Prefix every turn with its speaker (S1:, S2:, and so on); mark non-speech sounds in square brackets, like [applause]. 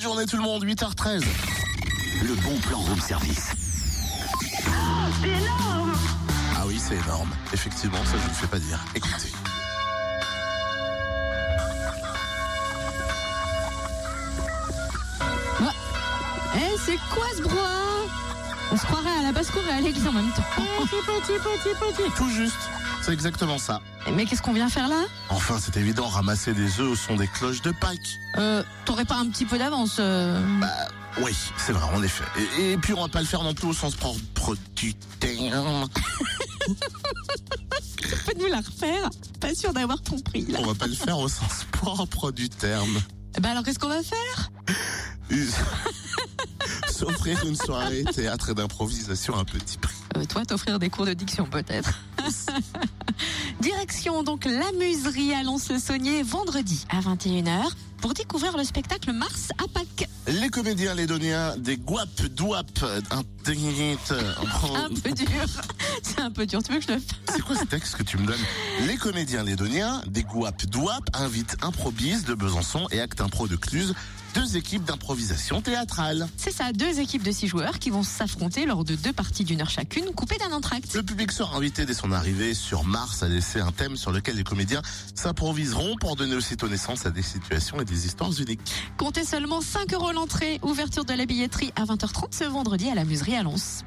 S1: journée tout le monde, 8h13.
S2: Le bon plan room service.
S1: Ah oui, c'est énorme. Effectivement, ça je ne le fais pas dire. Écoutez.
S3: Eh, c'est quoi ce bras On se croirait à la basse-cour et à l'église en même temps.
S1: Tout juste. C'est exactement ça.
S3: Eh, Mais qu'est-ce qu'on vient faire là
S1: Enfin, c'est évident, ramasser des œufs au son des cloches de Pâques.
S3: Euh, t'aurais pas un petit peu d'avance euh
S1: Oui, c'est vrai, en effet. Et, et puis, on va pas le faire non plus au sens propre du terme.
S3: Faites nous la refaire. Pas sûr d'avoir compris là.
S1: On va pas le faire au sens propre du terme.
S3: Bah alors qu'est-ce qu'on va faire
S1: [laughs] S'offrir une soirée théâtre et d'improvisation à petit prix.
S3: Euh, Toi, t'offrir des cours de diction [laughs] peut-être. Direction donc la muserie à Lons-le-Saunier vendredi à 21h pour découvrir le spectacle Mars à Pâques.
S1: Les comédiens lédoniens des guap douap euh,
S3: Un peu dur. [laughs] C'est un peu dur. Tu veux que je le fasse
S1: C'est quoi ce texte que tu me donnes Les comédiens lédoniens des guap douap invitent Improvise de Besançon et Acte Impro de Cluse, deux équipes d'improvisation théâtrale.
S3: C'est ça, deux équipes de six joueurs qui vont s'affronter lors de deux parties d'une heure chacune, coupées d'un entracte.
S1: Le public sera invité dès son arrivée sur Mars à laisser un thème sur lequel les comédiens s'improviseront pour donner aussitôt naissance à des situations et des histoires uniques.
S3: Comptez seulement 5 euros l'entrée. Ouverture de la billetterie à 20h30 ce vendredi à la muserie à Lons.